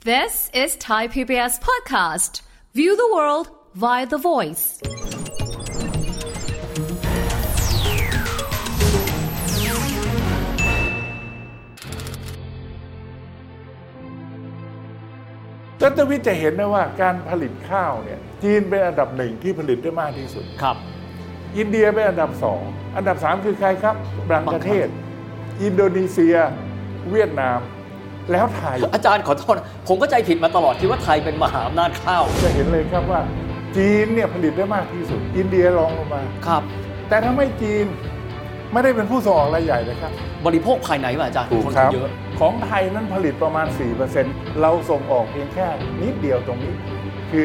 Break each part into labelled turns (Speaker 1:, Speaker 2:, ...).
Speaker 1: This is Thai PBS podcast. View the world via the voice.
Speaker 2: รัฐวิทย์จะเห็นได้ว่าการผลิตข้าวเนี่ยจีนเป็นอันดับหนึ่งที่ผลิตได้มากที่สุด
Speaker 3: ครับ
Speaker 2: อินเดียเป็นอันดับสองอันดับสามคือใครครับบังประเทศ อินโดนีเซีย เวียดนาม แล้วไทย
Speaker 3: อาจารย์ขอโทษนะผมก็ใจผิดมาตลอดคิดว่าไทยเป็นมหาอำนาจข้าว
Speaker 2: จะเห็นเลยครับว่า จีนเนี่ยผลิตได้มากที่สุด อินเดียรองลงมา
Speaker 3: ครับ
Speaker 2: แต่ถ้าไม่จีนไม่ได้เป็นผู้ส่งออกรายใหญ่นะครับ
Speaker 3: บริโภคภายในป่ะอาจารย์น
Speaker 2: ครับ
Speaker 3: เยอะ
Speaker 2: ของไทยนั้นผลิตประมาณ 4%เราส่งออกเพียงแค่นิดเดียวตรงนี้คือ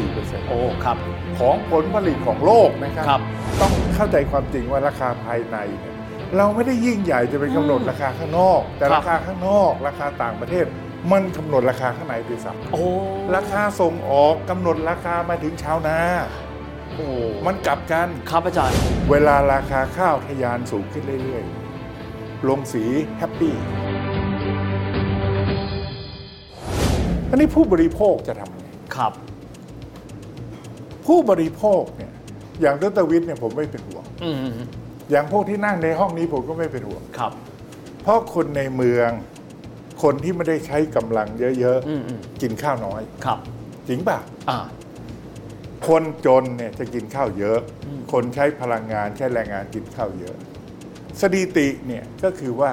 Speaker 2: 1.4%
Speaker 3: โอ้ครับ
Speaker 2: ของผลผลิตของโลกนะครั
Speaker 3: ครับ
Speaker 2: ต้องเข้าใจความจริงว่าราคาภายในเนี่ยเราไม่ได้ยิ่งใหญ่จะไปกำหนดราคาข้างนอก แต่ราคาข้างนอก ราคาต่างประเทศ มันกำหนดราคาข้างในด้วยซ้
Speaker 3: โอ้
Speaker 2: ำราคาส่งออกกำหนดราคามาถึงชาวนา
Speaker 3: โอ้
Speaker 2: มันกลับกัน
Speaker 3: ครับอาจารย์
Speaker 2: เวลาราคาข้าวทะยานสูงขึ้นเรื่อยๆ ลงสีแฮปปี้ อันนี้ผู้บริโภคจะทำไง
Speaker 3: ครับ
Speaker 2: ผู้บริโภคเนี่ยอย่างดรวิทย์เนี่ยผมไม่เป็นห่วง
Speaker 3: อืม
Speaker 2: อย่างพวกที่นั่งในห้องนี้ผมก็ไม่เป็นห่วง
Speaker 3: ครับ
Speaker 2: เพราะคนในเมือง คนที่ไม่ได้ใช้กำลังเยอะ
Speaker 3: อืมอืม
Speaker 2: กินข้าวน้อย
Speaker 3: ครับ
Speaker 2: จริงป่ะ
Speaker 3: อ่า
Speaker 2: คนจนเนี่ยจะกินข้าวเยอะ คนใช้พลังงานใช้แรงงานกินข้าวเยอะ สถิติเนี่ยก็คือว่า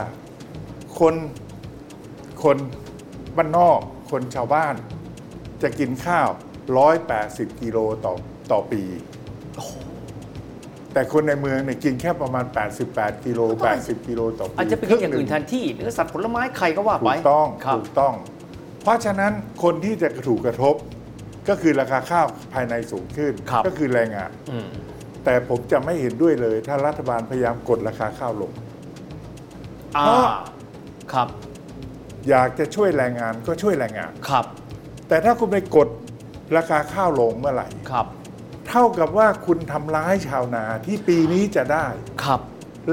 Speaker 2: คนคนบ้านนอก คนชาวบ้าน จะกินข้าว 180 กิโลต่อต่อปี แต่คนในเมืองเนี่ยกินแค่ประมาณ 88 กิโล
Speaker 3: ก็ต้อง
Speaker 2: 80 กิโลต่อปี
Speaker 3: อาจจะไปกินอย่างอื่นแทนที่เนื้อสัตว์ผลไม้ใครก็ว่า
Speaker 2: ถู
Speaker 3: ไป
Speaker 2: กต้อง
Speaker 3: ครับ
Speaker 2: ถูกต้อง เพราะฉะนั้นคนที่จะถูกกระทบก็คือราคาข้าวภายในสูงขึ้น
Speaker 3: ครับ
Speaker 2: ก็คือแรงงาน
Speaker 3: อืม
Speaker 2: แต่ผมจะไม่เห็นด้วยเลย ถ้ารัฐบาลพยายามกดราคาข้าวลง
Speaker 3: อ่า
Speaker 2: เพราะ
Speaker 3: ครับ
Speaker 2: อยากจะช่วยแรงงานก็ช่วยแรงงาน
Speaker 3: ครับ
Speaker 2: แต่ถ้าคุณไปกดราคาข้าวลงเมื่อไหร่
Speaker 3: ครับ
Speaker 2: เท่ากับว่าคุณทำร้ายชาวนาที่ปีนี้จะได้
Speaker 3: ครับ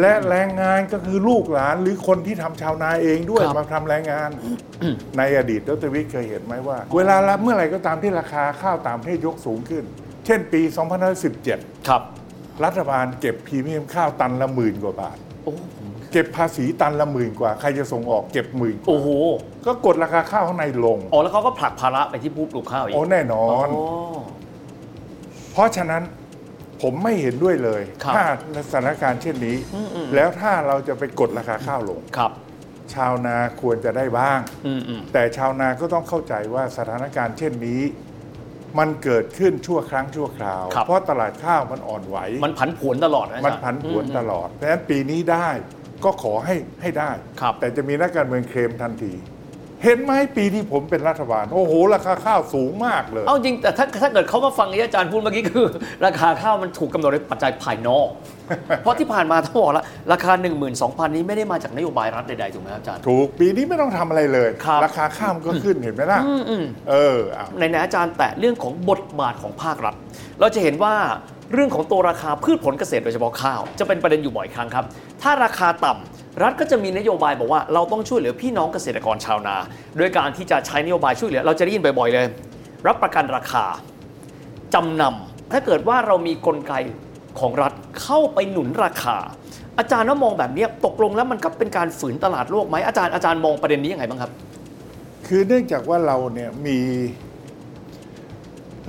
Speaker 2: และแรงงานก็คือลูกหลานหรือคนที่ทำชาวนาเองด้วย
Speaker 3: ครับ
Speaker 2: มาทำแรงงาน ในอดีตดรวิทย์เคยเห็นไหมว่า เวลาละเมื่อไหร่ก็ตามที่ราคาข้าวตามประเทศยกสูงขึ้น เช่นปี 2017
Speaker 3: ครับ
Speaker 2: รัฐบาลเก็บพรีเมียมข้าวตันละหมื่นกว่าบาท
Speaker 3: โอ้ผม
Speaker 2: เก็บภาษีตันละหมื่นกว่า ใครจะส่งออกเก็บหมื่น
Speaker 3: โอ้โห
Speaker 2: ก็กดราคาข้าวข้างในลง
Speaker 3: อ๋อแล้วเขาก็ผลักภาระไปที่ผู้ปลูกข้าวอีก
Speaker 2: โอ้แน่นอน
Speaker 3: โอ้
Speaker 2: เพราะฉะนั้นผมไม่เห็นด้วยเลย
Speaker 3: ครับ
Speaker 2: ถ้าสถานการณ์เช่นนี้ แล้วถ้าเราจะไปกดราคาข้าวลง
Speaker 3: ครับ
Speaker 2: ชาวนาควรจะได้บ้าง
Speaker 3: อืมอืม
Speaker 2: แต่ชาวนาก็ต้องเข้าใจว่าสถานการณ์เช่นนี้ มันเกิดขึ้นชั่วครั้งชั่วคราว เพราะตลาดข้าวมันอ่อนไหว
Speaker 3: มันผันผวนตลอดะอาจารย์
Speaker 2: มันผันผวนตลอด เพราะฉะนั้นปีนี้ได้ก็ขอให้ให้ได้
Speaker 3: ครับ
Speaker 2: แต่จะมีนักการเมืองเคลมทันที เห็นไหมปีที่ผมเป็นรัฐบาล โอ้โห ราคาข้าวสูงมากเลย
Speaker 3: เอาจริงแต่ถ้าถ้าเกิดเขาก็ฟังที่อาจารย์พูดเมื่อกี้คือ ราคาข้าวมันถูกกำหนดโดยปัจจัยภายนอก เพราะที่ผ่านมาต้องบอกละราคา 1 2 0 0 0 นี้ไม่ได้มาจากนโยบายรัฐใดๆ ถูกไหมครับอาจารย์
Speaker 2: ถูกปีนี้ไม่ต้องทำอะไรเลย
Speaker 3: ครับ
Speaker 2: ราคาข้าวมันก็ขึ้นเห็นไหมล่ะเออเอา
Speaker 3: ในนะอาจารย์แต่เรื่องของบทบาทของภาครัฐ เราจะเห็นว่าเรื่องของตัวราคาพืชผลเกษตรโดยเฉพาะข้าว จะเป็นประเด็นอยู่บ่อยครั้งครับ ถ้าราคาต่ำรัฐก็จะมีนโยบายบอกว่าเราต้องช่วยเหลือพี่น้องเกษตรกรชาวนาโดยการที่จะใช้นโยบายช่วยเหลือ เราจะได้ยินบ่อยๆเลย รับประกันราคา จำนำถ้าเกิดว่าเรามีกลไกของรัฐเข้าไปหนุนราคา อาจารย์ว่ามองแบบเนี้ยตกลงแล้วมันก็เป็นการฝืนตลาดโลกไหมอาจารย์อาจารย์มองประเด็นนี้ยังไงบ้างครับ
Speaker 2: คือเนื่องจากว่าเราเนี่ยมี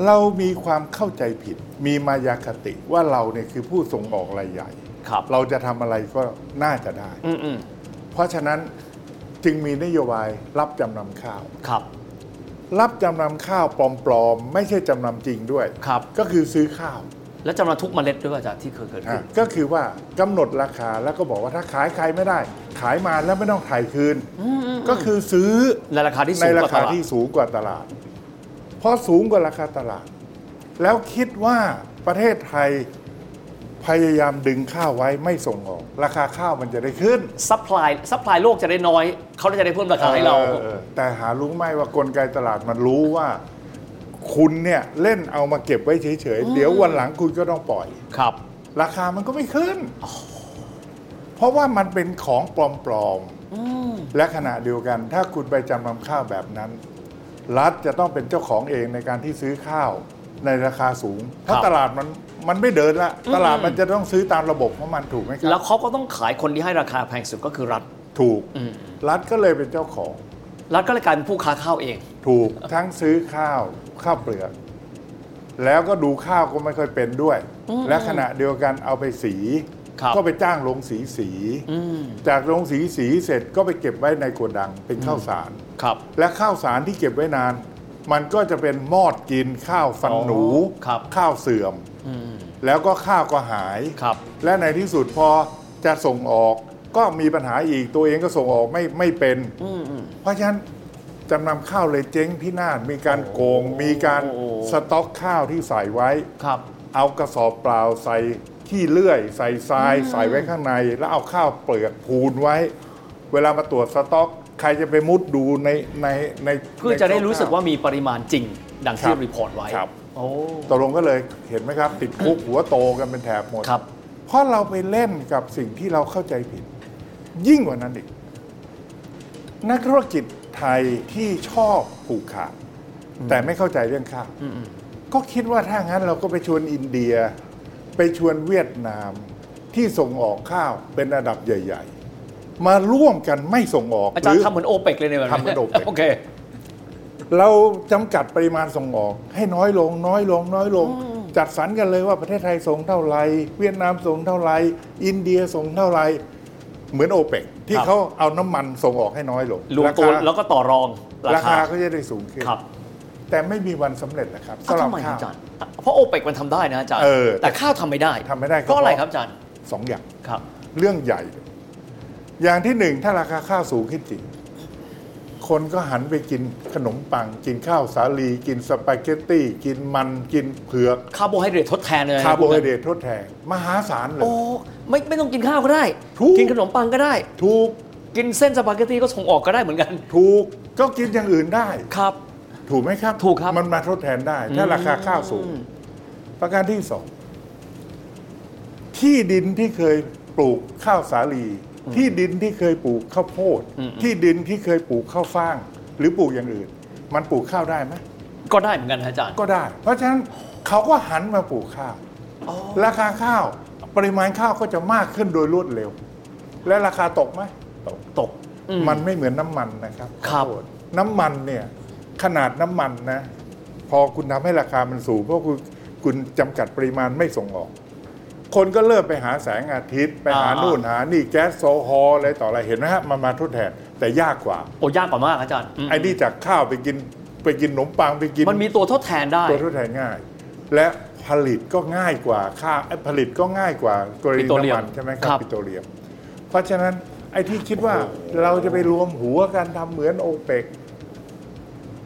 Speaker 2: เรามีความเข้าใจผิด มีมายาคติว่าเราเนี่ยคือผู้ส่งออกรายใหญ่
Speaker 3: ครับ
Speaker 2: เราจะทำอะไรก็น่าจะได้
Speaker 3: อืมอืม
Speaker 2: เพราะฉะนั้นจึงมีนโยบายรับจำนำข้าว
Speaker 3: ครับ
Speaker 2: รับจำนำข้าวปลอมๆ ไม่ใช่จำนำจริงด้วย
Speaker 3: ครับ
Speaker 2: ก็คือซื้อข้าว
Speaker 3: แล้วจำนวนทุกเมล็ดด้วยป่ะอาจารย์ที่เคยเกิดขึ้
Speaker 2: อ่ะ
Speaker 3: น
Speaker 2: ก็คือว่ากำหนดราคาแล้วก็บอกว่าถ้าขายใครไม่ได้ ขายมาแล้วไม่ต้องถ่ายคืน ก็คือซื้อ
Speaker 3: ในราคาที่
Speaker 2: ใน
Speaker 3: สูง
Speaker 2: ราก
Speaker 3: ว่าต
Speaker 2: คา
Speaker 3: ลาด
Speaker 2: ที่สูงกว่าตลาด เพราะสูงกว่าราคาตลาด แล้วคิดว่าประเทศไทยพยายามดึงข้าวไว้ไม่ส่งออก ราคาข้าวมันจะได้ขึ้น
Speaker 3: ซัพพลายซัพพลายโลกจะได้น้อย เขาจะได้เพิ่มราคาให้เรา
Speaker 2: ออแต่หารู้ไหมว่ากลไกตลาดมันรู้ว่า คุณเนี่ยเล่นเอามาเก็บไว้เฉยๆ เดี๋ยววันหลังคุณก็ต้องปล่อย
Speaker 3: ครับ
Speaker 2: ราคามันก็ไม่ขึ้น เพราะว่ามันเป็นของปลอม ๆ และขณะเดียวกัน ถ้าคุณไปจำนำข้าวแบบนั้น รัฐจะต้องเป็นเจ้าของเองในการที่ซื้อข้าวในราคาสูง เพราะ
Speaker 3: ครับ
Speaker 2: ตลาดมันมันไม่เดินละตลาด
Speaker 3: อืม
Speaker 2: มันจะต้องซื้อตามระบบของมันถูกไหมครั
Speaker 3: แล้วเขาก็ต้องขายคนที่ให้ราคาแพงสุดก็คือรัฐ
Speaker 2: ถูก
Speaker 3: อืม
Speaker 2: รัฐก็เลยเป็นเจ้าของ
Speaker 3: รัฐก็เลยกลายเป็นผู้ค้าข้าวเอง
Speaker 2: ถูกทั้งซื้อข้าวข้าวเปลือก แล้วก็ดูข้าวก็ไม่ค่อยเป็นด้วย
Speaker 3: อืม
Speaker 2: และขณะเดียวกันเอาไปสี
Speaker 3: ครับ
Speaker 2: ก็ไปจ้างโรงสีสี
Speaker 3: อืม
Speaker 2: จากโรงสีสีเสร็จก็ไปเก็บไว้ในโกดังเป็นข้าวสาร
Speaker 3: ครับ
Speaker 2: และข้าวสารที่เก็บไว้นาน มันก็จะเป็นมอดกินข้าวฟันหนู
Speaker 3: อ๋อครับ
Speaker 2: ข้าวเสื่อม
Speaker 3: อืม
Speaker 2: แล้วก็ข้าวก็หาย
Speaker 3: ครับ
Speaker 2: และในที่สุดพอจะส่งออกก็มีปัญหาอีกตัวเองก็ส่งออกไม่ไม่เป็น
Speaker 3: อืมอืม
Speaker 2: เพราะฉะนั้นจำนำข้าวเลยเจ๊งพินาศมีการโกง มีการ
Speaker 3: โอ้
Speaker 2: สต็อกข้าวที่ใส่ไว้
Speaker 3: ครับ
Speaker 2: เอากระสอบเปล่าใส่ขี้เลื่อย ใส่ทราย ใส่ไว้ข้างใน แล้วเอาข้าวเปลือกพูนไว้ เวลามาตรวจสต็อก ใครจะไปมุดดูในในใน
Speaker 3: เพื่อจะได้รู้สึกว่า
Speaker 2: ใน
Speaker 3: มีปริมาณจริง ดัง
Speaker 2: ค
Speaker 3: ที่
Speaker 2: รับ
Speaker 3: รีพอร์ตไว้
Speaker 2: ครับ
Speaker 3: โอ้
Speaker 2: ตกลงก็เลยเห็นไหมครับ ติดคุกหัวโตกันเป็นแถบหมด
Speaker 3: ครับ
Speaker 2: เพราะเราไปเล่นกับสิ่งที่เราเข้าใจผิด ยิ่งกว่านั้นอีก นักธุรกิจไทยที่ชอบผูกขาดแต่ไม่เข้าใจเรื่องข้าว
Speaker 3: อืมอืม
Speaker 2: ก็คิดว่าถ้างั้นเราก็ไปชวนอินเดีย ไปชวนเวียดนามที่ส่งออกข้าวเป็นระดับใหญ่ ๆ มาร่วมกันไม่ส่งออก
Speaker 3: อาจา
Speaker 2: ห
Speaker 3: รย์
Speaker 2: รือ
Speaker 3: ทำเหมือนโอเปกเลยเนี่ยแบบ
Speaker 2: ทำเหมือน OPEC
Speaker 3: โอเค
Speaker 2: เราจำกัดปริมาณส่งออก ให้น้อยลง น้อยลง น้อยลง จัดสรรกันเลยว่าประเทศไทยส่งเท่าไหรเวียดนามส่งเท่าไหรอินเดียส่งเท่าไหรเหมือนโอเปกที่
Speaker 3: ครับ
Speaker 2: เขาเอาน้ำมันส่งออกให้น้อยลง
Speaker 3: รวมตัว
Speaker 2: าคา
Speaker 3: แล้วก็ต่อรอง
Speaker 2: รา
Speaker 3: ราคา
Speaker 2: คาก็จะได้สูงขึ้น
Speaker 3: ครับ
Speaker 2: แต่ไม่มีวันสำเร็จนะครับ
Speaker 3: อ้า
Speaker 2: สำ
Speaker 3: ว
Speaker 2: หรับ
Speaker 3: ทำไม
Speaker 2: ข้าว
Speaker 3: อาจารย์เพราะโอเปกมันทำได้นะอาจารย์
Speaker 2: เออ
Speaker 3: แต่ข้าวทำไม่ได้
Speaker 2: ทำไม่ได้ก็
Speaker 3: เพราะอะไร
Speaker 2: เพ
Speaker 3: ค
Speaker 2: ราะ
Speaker 3: รับอาจารย์
Speaker 2: สองอย่าง
Speaker 3: ครับ
Speaker 2: เรื่องใหญ่ อย่างที่หนึ่งถ้าราคาข้าวสูงขึ้นจริง คนก็หันไปกินขนมปัง กินข้าวสาลี กินสปาเกตตี้ กินมันกินเผือก
Speaker 3: คาร์โบไฮเดรตทดแทนเลยนะ
Speaker 2: คาร์โบไฮเดรตทดแทนมหาศาลเลย
Speaker 3: โอ้ไม่ไม่ต้องกินข้าวก็ได้
Speaker 2: ถูก
Speaker 3: กินขนมปังก็ได้
Speaker 2: ถูก
Speaker 3: กินเส้นสปาเกตตี้ก็ส่งออกก็ได้เหมือนกัน
Speaker 2: ถูกก็กินอย่างอื่นได้
Speaker 3: ครับ
Speaker 2: ถูกไหมครับ
Speaker 3: ถูกครับ
Speaker 2: มันมาทดแทนได้ ถ้าราคาข้าวสูง
Speaker 3: อืม
Speaker 2: ประการที่สองที่ดินที่เคยปลูกข้าวสาลี ที่ดินที่เคยปลูกข้าวโพดที่ดินที่เคยปลูกข้าวฟ่าง หรือปลูกอย่างอื่น มันปลูกข้าวได้ไหม
Speaker 3: ก็ได้เหมือนกันนะอาจารย์
Speaker 2: ก็ได้ เพราะฉะนั้นเขาก็หันมาปลูกข้าว
Speaker 3: อ๋อ
Speaker 2: ราคาข้าว ปริมาณข้าวก็จะมากขึ้นโดยรวดเร็ว และราคาตกไหมตก
Speaker 3: ตกอื
Speaker 2: มันไม่เหมือนน้ำมันนะครับ
Speaker 3: ครับ
Speaker 2: ขอโทษน้ำมันเนี่ย ขนาดน้ำมันนะ พอคุณทำให้ราคามันสูง เพราะคุณคุณจำกัดปริมาณไม่ส่งออก คนก็เริ่มไปหาแสงอาทิตย์ ไปหา
Speaker 3: อ่า
Speaker 2: นู่นหานี่แก๊สโซฮอล์อะไรต่ออะไรเห็นไหมฮะมันมาทดแทน แต่ยากกว่า
Speaker 3: โอ้ยากกว่ามากอาจารย์อืม
Speaker 2: ไอ้นี่จากข้าวไปกินไปกินขนมปังไปกิน
Speaker 3: มันมีตัวทดแทนได้
Speaker 2: ตัวทดแทนง่าย และผลิตก็ง่ายกว่าค่าเอ้ยผลิตก็ง่ายกว่ากรณี
Speaker 3: ปิโตรเลีย
Speaker 2: น้ำ
Speaker 3: ม
Speaker 2: มันใช่ไหมครั
Speaker 3: ครับ บ
Speaker 2: ปิโตรเลียม เพราะฉะนั้นไอ้ที่คิดว่าเราจะไปรวมหัวกันทำเหมือนโอเปก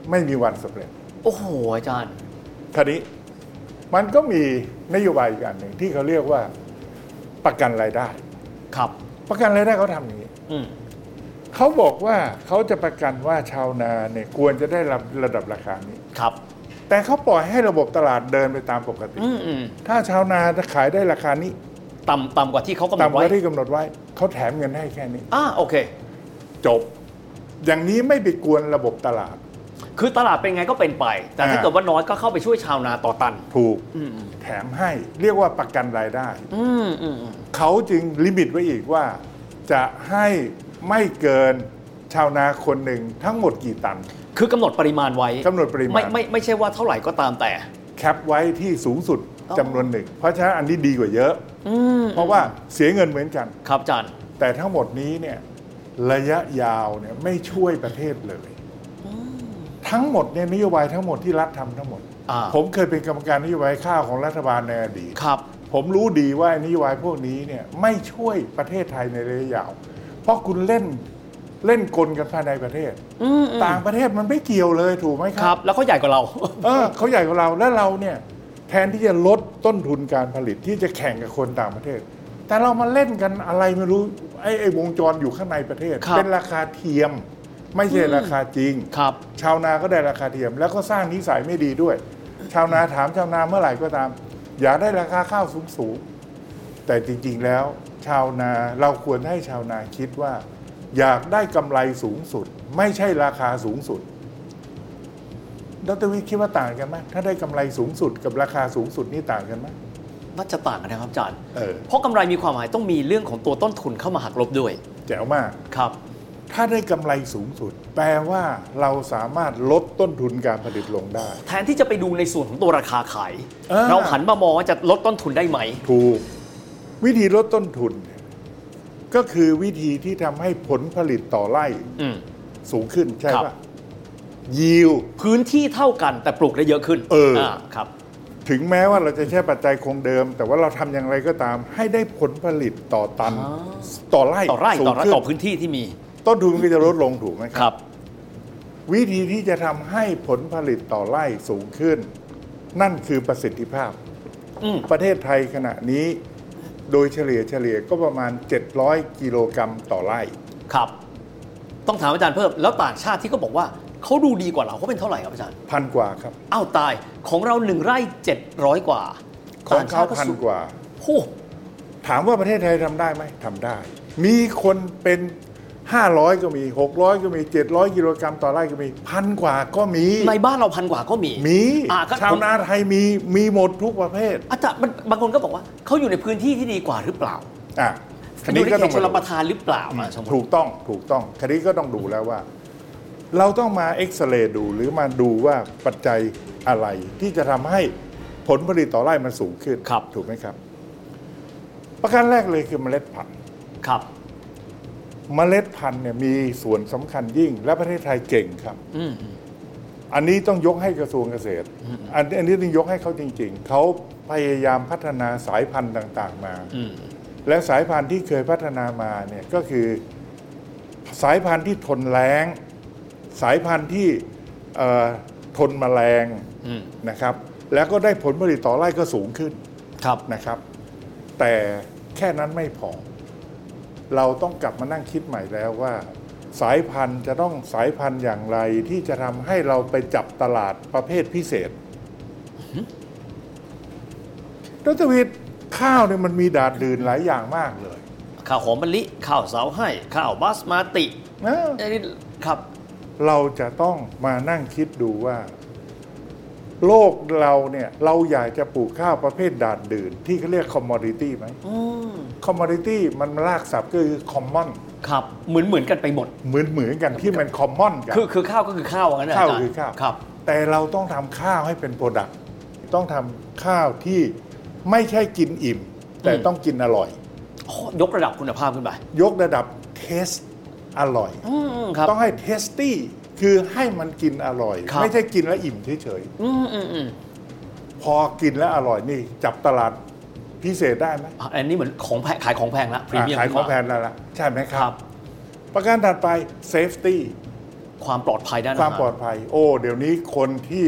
Speaker 2: ไม่มีวันสำเร็จ
Speaker 3: โอ้โหอาจารย์
Speaker 2: คราวนี้มันก็มีนโยบายอีกอันหนึ่งที่เขาเรียกว่าประกันรายได้
Speaker 3: ครับ
Speaker 2: ประกันรายได้เขาทำอย่างนี้
Speaker 3: อืม
Speaker 2: เขาบอกว่าเขาจะประกันว่าชาวนาเนี่ยควรจะได้รับระดับราคานี้
Speaker 3: ครับ
Speaker 2: แต่เขาปล่อยให้ระบบตลาดเดินไปตามปกติ
Speaker 3: อืมอืม
Speaker 2: ถ้าชาวนาขายได้ราคานี้
Speaker 3: ต่ำต่ำกว่าที่เขากำหน
Speaker 2: ตาม
Speaker 3: ด
Speaker 2: กฎ
Speaker 3: ไว้
Speaker 2: ที่กำหนดไว้เขาแถมเงินให้แค่นี้
Speaker 3: อ่าโอเค
Speaker 2: จบ อย่างนี้ไม่ไปกวนระบบตลาด
Speaker 3: คือตลาดเป็นไงก็เป็นไป แต่ถ้า
Speaker 2: อ่า
Speaker 3: เกิดว่าน้อยก็เข้าไปช่วยชาวนาต่อตัน
Speaker 2: ถูก
Speaker 3: อืม
Speaker 2: แถมให้เรียกว่าประกันรายได้
Speaker 3: อืมอืมอืม
Speaker 2: เขาจึงลิมิตไว้อีกว่า จะให้ไม่เกินชาวนาคนหนึ่งทั้งหมดกี่ตัน
Speaker 3: คือกำหนดปริมาณไว้
Speaker 2: กำหนดปริมาณ
Speaker 3: ไม่ไม่ไม่ใช่ว่าเท่าไหร่ก็ตามแต่
Speaker 2: แคปไว้ที่สูงสุด
Speaker 3: อ๋อ
Speaker 2: จำนวนหนึ่ง เพราะฉะนั้นอันนี้ดีกว่าเยอะ
Speaker 3: อืม
Speaker 2: เพราะว่าเสียเงินเหมือนกัน
Speaker 3: ครับอาจารย์
Speaker 2: แต่ทั้งหมดนี้เนี่ยระยะยาวเนี่ยไม่ช่วยประเทศเลย ทั้งหมดเนี่ยนโยบายทั้งหมดที่รัฐทำทั้งหมด
Speaker 3: อ่า
Speaker 2: ผมเคยเป็นกรรมการนโยบายข้าวของรัฐบาลในอดีต
Speaker 3: ครับ
Speaker 2: ผมรู้ดีว่าไอ้นโยบายพวกนี้เนี่ยไม่ช่วยประเทศไทยในระยะยาว เพราะคุณเล่นเล่นกลกันภายในประเทศ
Speaker 3: อืมอืม
Speaker 2: ต่างประเทศมันไม่เกี่ยวเลยถูกไหมค
Speaker 3: ค
Speaker 2: รั
Speaker 3: รับ บ แล้วเขาใหญ่กว่าเรา
Speaker 2: เออเขาใหญ่กว่าเราและเราเนี่ยแทนที่จะลดต้นทุนการผลิตที่จะแข่งกับคนต่างประเทศ แต่เรามาเล่นกันอะไรไม่รู้ไอ้ไอ้วงจรอยู่ข้างในประเทศ
Speaker 3: ครับ
Speaker 2: เป็นราคาเทียม ไม่ใช่ราคาจริง
Speaker 3: ครับ
Speaker 2: ชาวนาก็ได้ราคาเทียม แล้วก็สร้างนิสัยไม่ดีด้วย ชาวนาถามชาวนาเมื่อไหร่ก็ตาม อยากได้ราคาข้าวสูงสูงๆแต่จริงๆแล้ว ชาวนาเราควรให้ชาวนาคิดว่า อยากได้กำไรสูงสุด ไม่ใช่ราคาสูงสุด ดรวิทย์คิดว่าต่างกันไหมถ้าได้กำไรสูงสุดกับราคาสูงสุดนี่ต่างกันไหม
Speaker 3: น่าจะต่างกันนะครับอาจารย์
Speaker 2: เออ
Speaker 3: เพราะกำไรมีความหมายต้องมีเรื่องของตัวต้นทุนเข้ามาหักลบด้วย
Speaker 2: แจ๋วมาก
Speaker 3: ครับ
Speaker 2: ถ้าได้กำไรสูงสุด แปลว่าเราสามารถลดต้นทุนการผลิตลงได้
Speaker 3: แทนที่จะไปดูในส่วนของตัวราคาขาย
Speaker 2: เออ
Speaker 3: เราหันมามองว่าจะลดต้นทุนได้ไหม
Speaker 2: ถูกวิธีลดต้นทุนเนี่ยก็คือวิธีที่ทำให้ผลผลิตต่อไร่
Speaker 3: อืม
Speaker 2: สูงขึ้นใช่
Speaker 3: ครับ
Speaker 2: ปะยิว
Speaker 3: พื้นที่เท่ากันแต่ปลูกได้เยอะขึ้น
Speaker 2: เอออ่
Speaker 3: าครับ
Speaker 2: ถึงแม้ว่าเราจะใช้ปัจจัยคงเดิม แต่ว่าเราทำอย่างไรก็ตาม ให้ได้ผลผลิตต่อตัน
Speaker 3: อ๋อ
Speaker 2: ต่อไร่
Speaker 3: ต่อไร่
Speaker 2: สู
Speaker 3: ต่อง ไร่
Speaker 2: ขึ้น
Speaker 3: ต่อพื้นที่ที่มี
Speaker 2: ต้นทุนมันก็จะลดลงถูกไหม
Speaker 3: ค
Speaker 2: ครับ
Speaker 3: รับ
Speaker 2: วิธีที่จะทำให้ผลผลิตต่อไร่สูงขึ้น นั่นคือประสิทธิภาพ
Speaker 3: อืม
Speaker 2: ประเทศไทยขณะนี้โดยเฉลี่ยเฉลี่ยก็ประมาณ 700 กิโลกรัมต่อไร่
Speaker 3: ครับ ต้องถามอาจารย์เพิ่ม แล้วต่างชาติที่เขาบอกว่าเขาดูดีกว่าเราเขาเป็นเท่าไหร่ครับอาจารย์
Speaker 2: พันกว่าครับ
Speaker 3: อ้าวตายของเราหนึ่งไร่เจ็ดร้อยกว่า
Speaker 2: ของเขาพัน
Speaker 3: สูง
Speaker 2: กว่า
Speaker 3: โอ้
Speaker 2: ถามว่าประเทศไทยทำได้ไหมทำได้ มีคนเป็น 500 ก็มี 600 ก็มี 700 กิโลกรัมต่อไร่ก็มีพันกว่าก็มี
Speaker 3: ในบ้านเราพันกว่าก็มี
Speaker 2: มี
Speaker 3: อ่ะก็
Speaker 2: ชาวนา
Speaker 3: ผม
Speaker 2: ไทยมีมีหมดทุกประเภท
Speaker 3: อาจารย์มันบางคนก็บอกว่าเขาอยู่ในพื้นที่ที่ดีกว่าหรือเปล่า
Speaker 2: อ่ะคัน
Speaker 3: อยู่
Speaker 2: นี้
Speaker 3: ใน
Speaker 2: ก็
Speaker 3: เข
Speaker 2: ต้อ
Speaker 3: ต
Speaker 2: ง
Speaker 3: ชลป
Speaker 2: มา
Speaker 3: ระทานหรือเปล่าอ่ะสมมติ
Speaker 2: ถูกต้องถูกต้องคันนี้ก็ต้องดูแล้วว่า เราต้องมาเอ็กซเรย์ดูหรือมาดูว่าปัจจัยอะไร ที่จะทำให้ผลผลิตต่อไร่มันสูงขึ้น
Speaker 3: ครับ
Speaker 2: ถูกไหมครับ ประการแรกเลยคือเมล็ดพันธุ์
Speaker 3: ครับ
Speaker 2: เมล็ดพันธุ์เนี่ยมีส่วนสำคัญยิ่ง และประเทศไทยเก่งครับ
Speaker 3: อืม
Speaker 2: อันนี้ต้องยกให้กระทรวงเกษตร อันอันนี้ต้องยกให้เขาจริง ๆ เขาพยายามพัฒนาสายพันธุ์ต่างๆมา
Speaker 3: อืม
Speaker 2: และสายพันธุ์ที่เคยพัฒนามาเนี่ยก็คือสายพันธุ์ที่ทนแล้ง สายพันธุ์ที่เอ่อทนแมลง
Speaker 3: อืม
Speaker 2: นะครับ แล้วก็ได้ผลผลิตต่อไร่ก็สูงขึ้น
Speaker 3: ครับ
Speaker 2: นะครับ แต่แค่นั้นไม่พอ เราต้องกลับมานั่งคิดใหม่แล้วว่า สายพันธุ์จะต้องสายพันธุ์อย่างไรที่จะทำให้เราไปจับตลาดประเภทพิเศษดรวิทย์ข้าวเนี่ยมันมีดาดดื่นหลายอย่างมากเลย
Speaker 3: ข้าวหอมมะลิข้าวเสาให้ ข้าวบาสมาติ
Speaker 2: นะ
Speaker 3: เอ้ยครับ
Speaker 2: เราจะต้องมานั่งคิดดูว่า โลกเราเนี่ย เราอยากจะปลูกข้าวประเภทดาดดื่น ที่เขาเรียกคอมมอดิตี้ไหม
Speaker 3: อืม
Speaker 2: คอมมอดิตี้มันรากศัพท์ก็คือคอมมอน
Speaker 3: ครับ เหมือนเหมือนกันไปหมด
Speaker 2: เหมือนเหมือนกันที่มันคอมมอนกัน
Speaker 3: คือคือข้าวก็คือข้าวอันนั้น
Speaker 2: ข้าว
Speaker 3: จรย์
Speaker 2: คือข้าว
Speaker 3: ครับ
Speaker 2: แต่เราต้องทำข้าวให้เป็นโปรดักต์ต้องทำข้าวที่ไม่ใช่กินอิ่ม แต่
Speaker 3: อืม
Speaker 2: ต้องกินอร่อย
Speaker 3: โอ้ยกระดับคุณภาพขึ้นไป
Speaker 2: ยกระดับเทสอร่อย
Speaker 3: อืมครับ
Speaker 2: ต้องให้เทสตี้คือให้มันกินอร่อย
Speaker 3: ครับ
Speaker 2: ไม่ใช่กินแล้วอิ่มเฉย
Speaker 3: อืมอืมอืม
Speaker 2: ๆพอกินแล้วอร่อยนี่จับตลาดพิเศษได้ไหม
Speaker 3: อ่ะอันนี้เหมือนของแพงขายของแพงละพรี
Speaker 2: อ่ะ
Speaker 3: เมียม
Speaker 2: ขายของแพงแล้วล่ะใช่ไหมค
Speaker 3: ค
Speaker 2: รั
Speaker 3: รับ บ
Speaker 2: ประการถัดไปเซฟตี้
Speaker 3: ความปลอดภัยด้าน
Speaker 2: ความ
Speaker 3: หร
Speaker 2: ปลอดภัย โอ้ เดี๋ยวนี้คนที่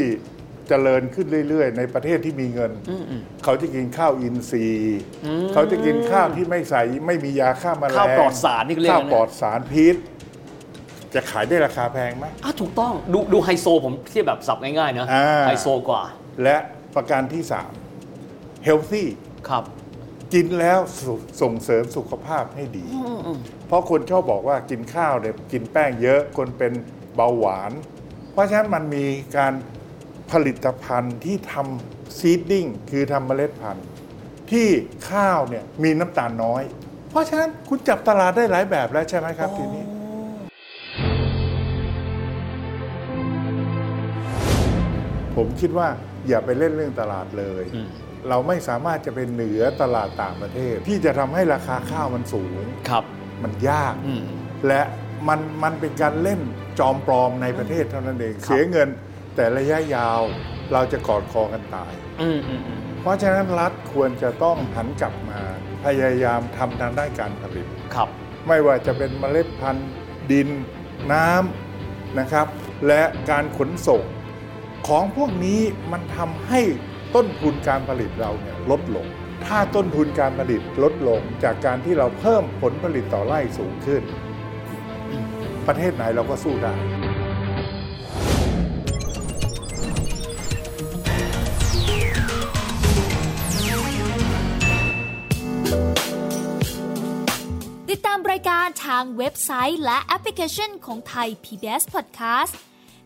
Speaker 2: เจริญขึ้นเรื่อย ๆ ในประเทศที่มีเงิน
Speaker 3: อืมอืม
Speaker 2: เขาจะกินข้าวอินทรีย์
Speaker 3: อืม
Speaker 2: เขาจะกินข้าวที่ไม่ใส่ไม่มียาฆ่าแมลง
Speaker 3: ข้าวปลอดสารนี่เรียก
Speaker 2: ข้าว
Speaker 3: นะ
Speaker 2: ปลอดสารพิษ จะขายได้ราคาแพงไหม
Speaker 3: อ่ะถูกต้องดูดูไฮโซผมเทียบแบบสับง่ายๆนะ
Speaker 2: อ่า
Speaker 3: ไฮโซกว่า
Speaker 2: และประการที่ 3 healthy
Speaker 3: ครับ
Speaker 2: กินแล้วสส่งเสริมสุขภาพให้ดี เพราะคนชอบบอกว่ากินข้าวเนี่ยกินแป้งเยอะคนเป็นเบาหวาน เพราะฉะนั้นมันมีการผลิตภัณฑ์ที่ทำซีดดิ้งคือทำเมล็ดพันธุ์ ที่ข้าวเนี่ยมีน้ำตาลน้อย เพราะฉะนั้นคุณจับตลาดได้หลายแบบแล้วใช่ไหมครับทีนี้ ผมคิดว่าอย่าไปเล่นเรื่องตลาดเลย
Speaker 3: อืม
Speaker 2: เราไม่สามารถจะเป็นเหนือตลาดต่างประเทศ ที่จะทำให้ราคาข้าวมันสูง
Speaker 3: ครับ
Speaker 2: มันยาก
Speaker 3: อืม
Speaker 2: และมันมันเป็นการเล่นจอมปลอมในประเทศเท่านั้นเอง
Speaker 3: ครับ
Speaker 2: เสียเงินแต่ระยะยาวเราจะกอดคอกันตาย
Speaker 3: อืมอืมอืม
Speaker 2: เพราะฉะนั้นรัฐควรจะต้องหันกลับมาพยายามทำทางด้านการผลิต
Speaker 3: ครับ
Speaker 2: ไม่ว่าจะเป็นเมล็ดพันธุ์ ดินน้ำนะครับ และการขนส่ง ของพวกนี้มันทำให้ต้นทุนการผลิตเราเนี่ยลดลง ถ้าต้นทุนการผลิตลดลง จากการที่เราเพิ่มผลผลิตต่อไร่สูงขึ้น ประเทศไหนเราก็สู้ได้
Speaker 4: ติดตามรายการทางเว็บไซต์และแอปพลิเคชันของไทย PBS Podcast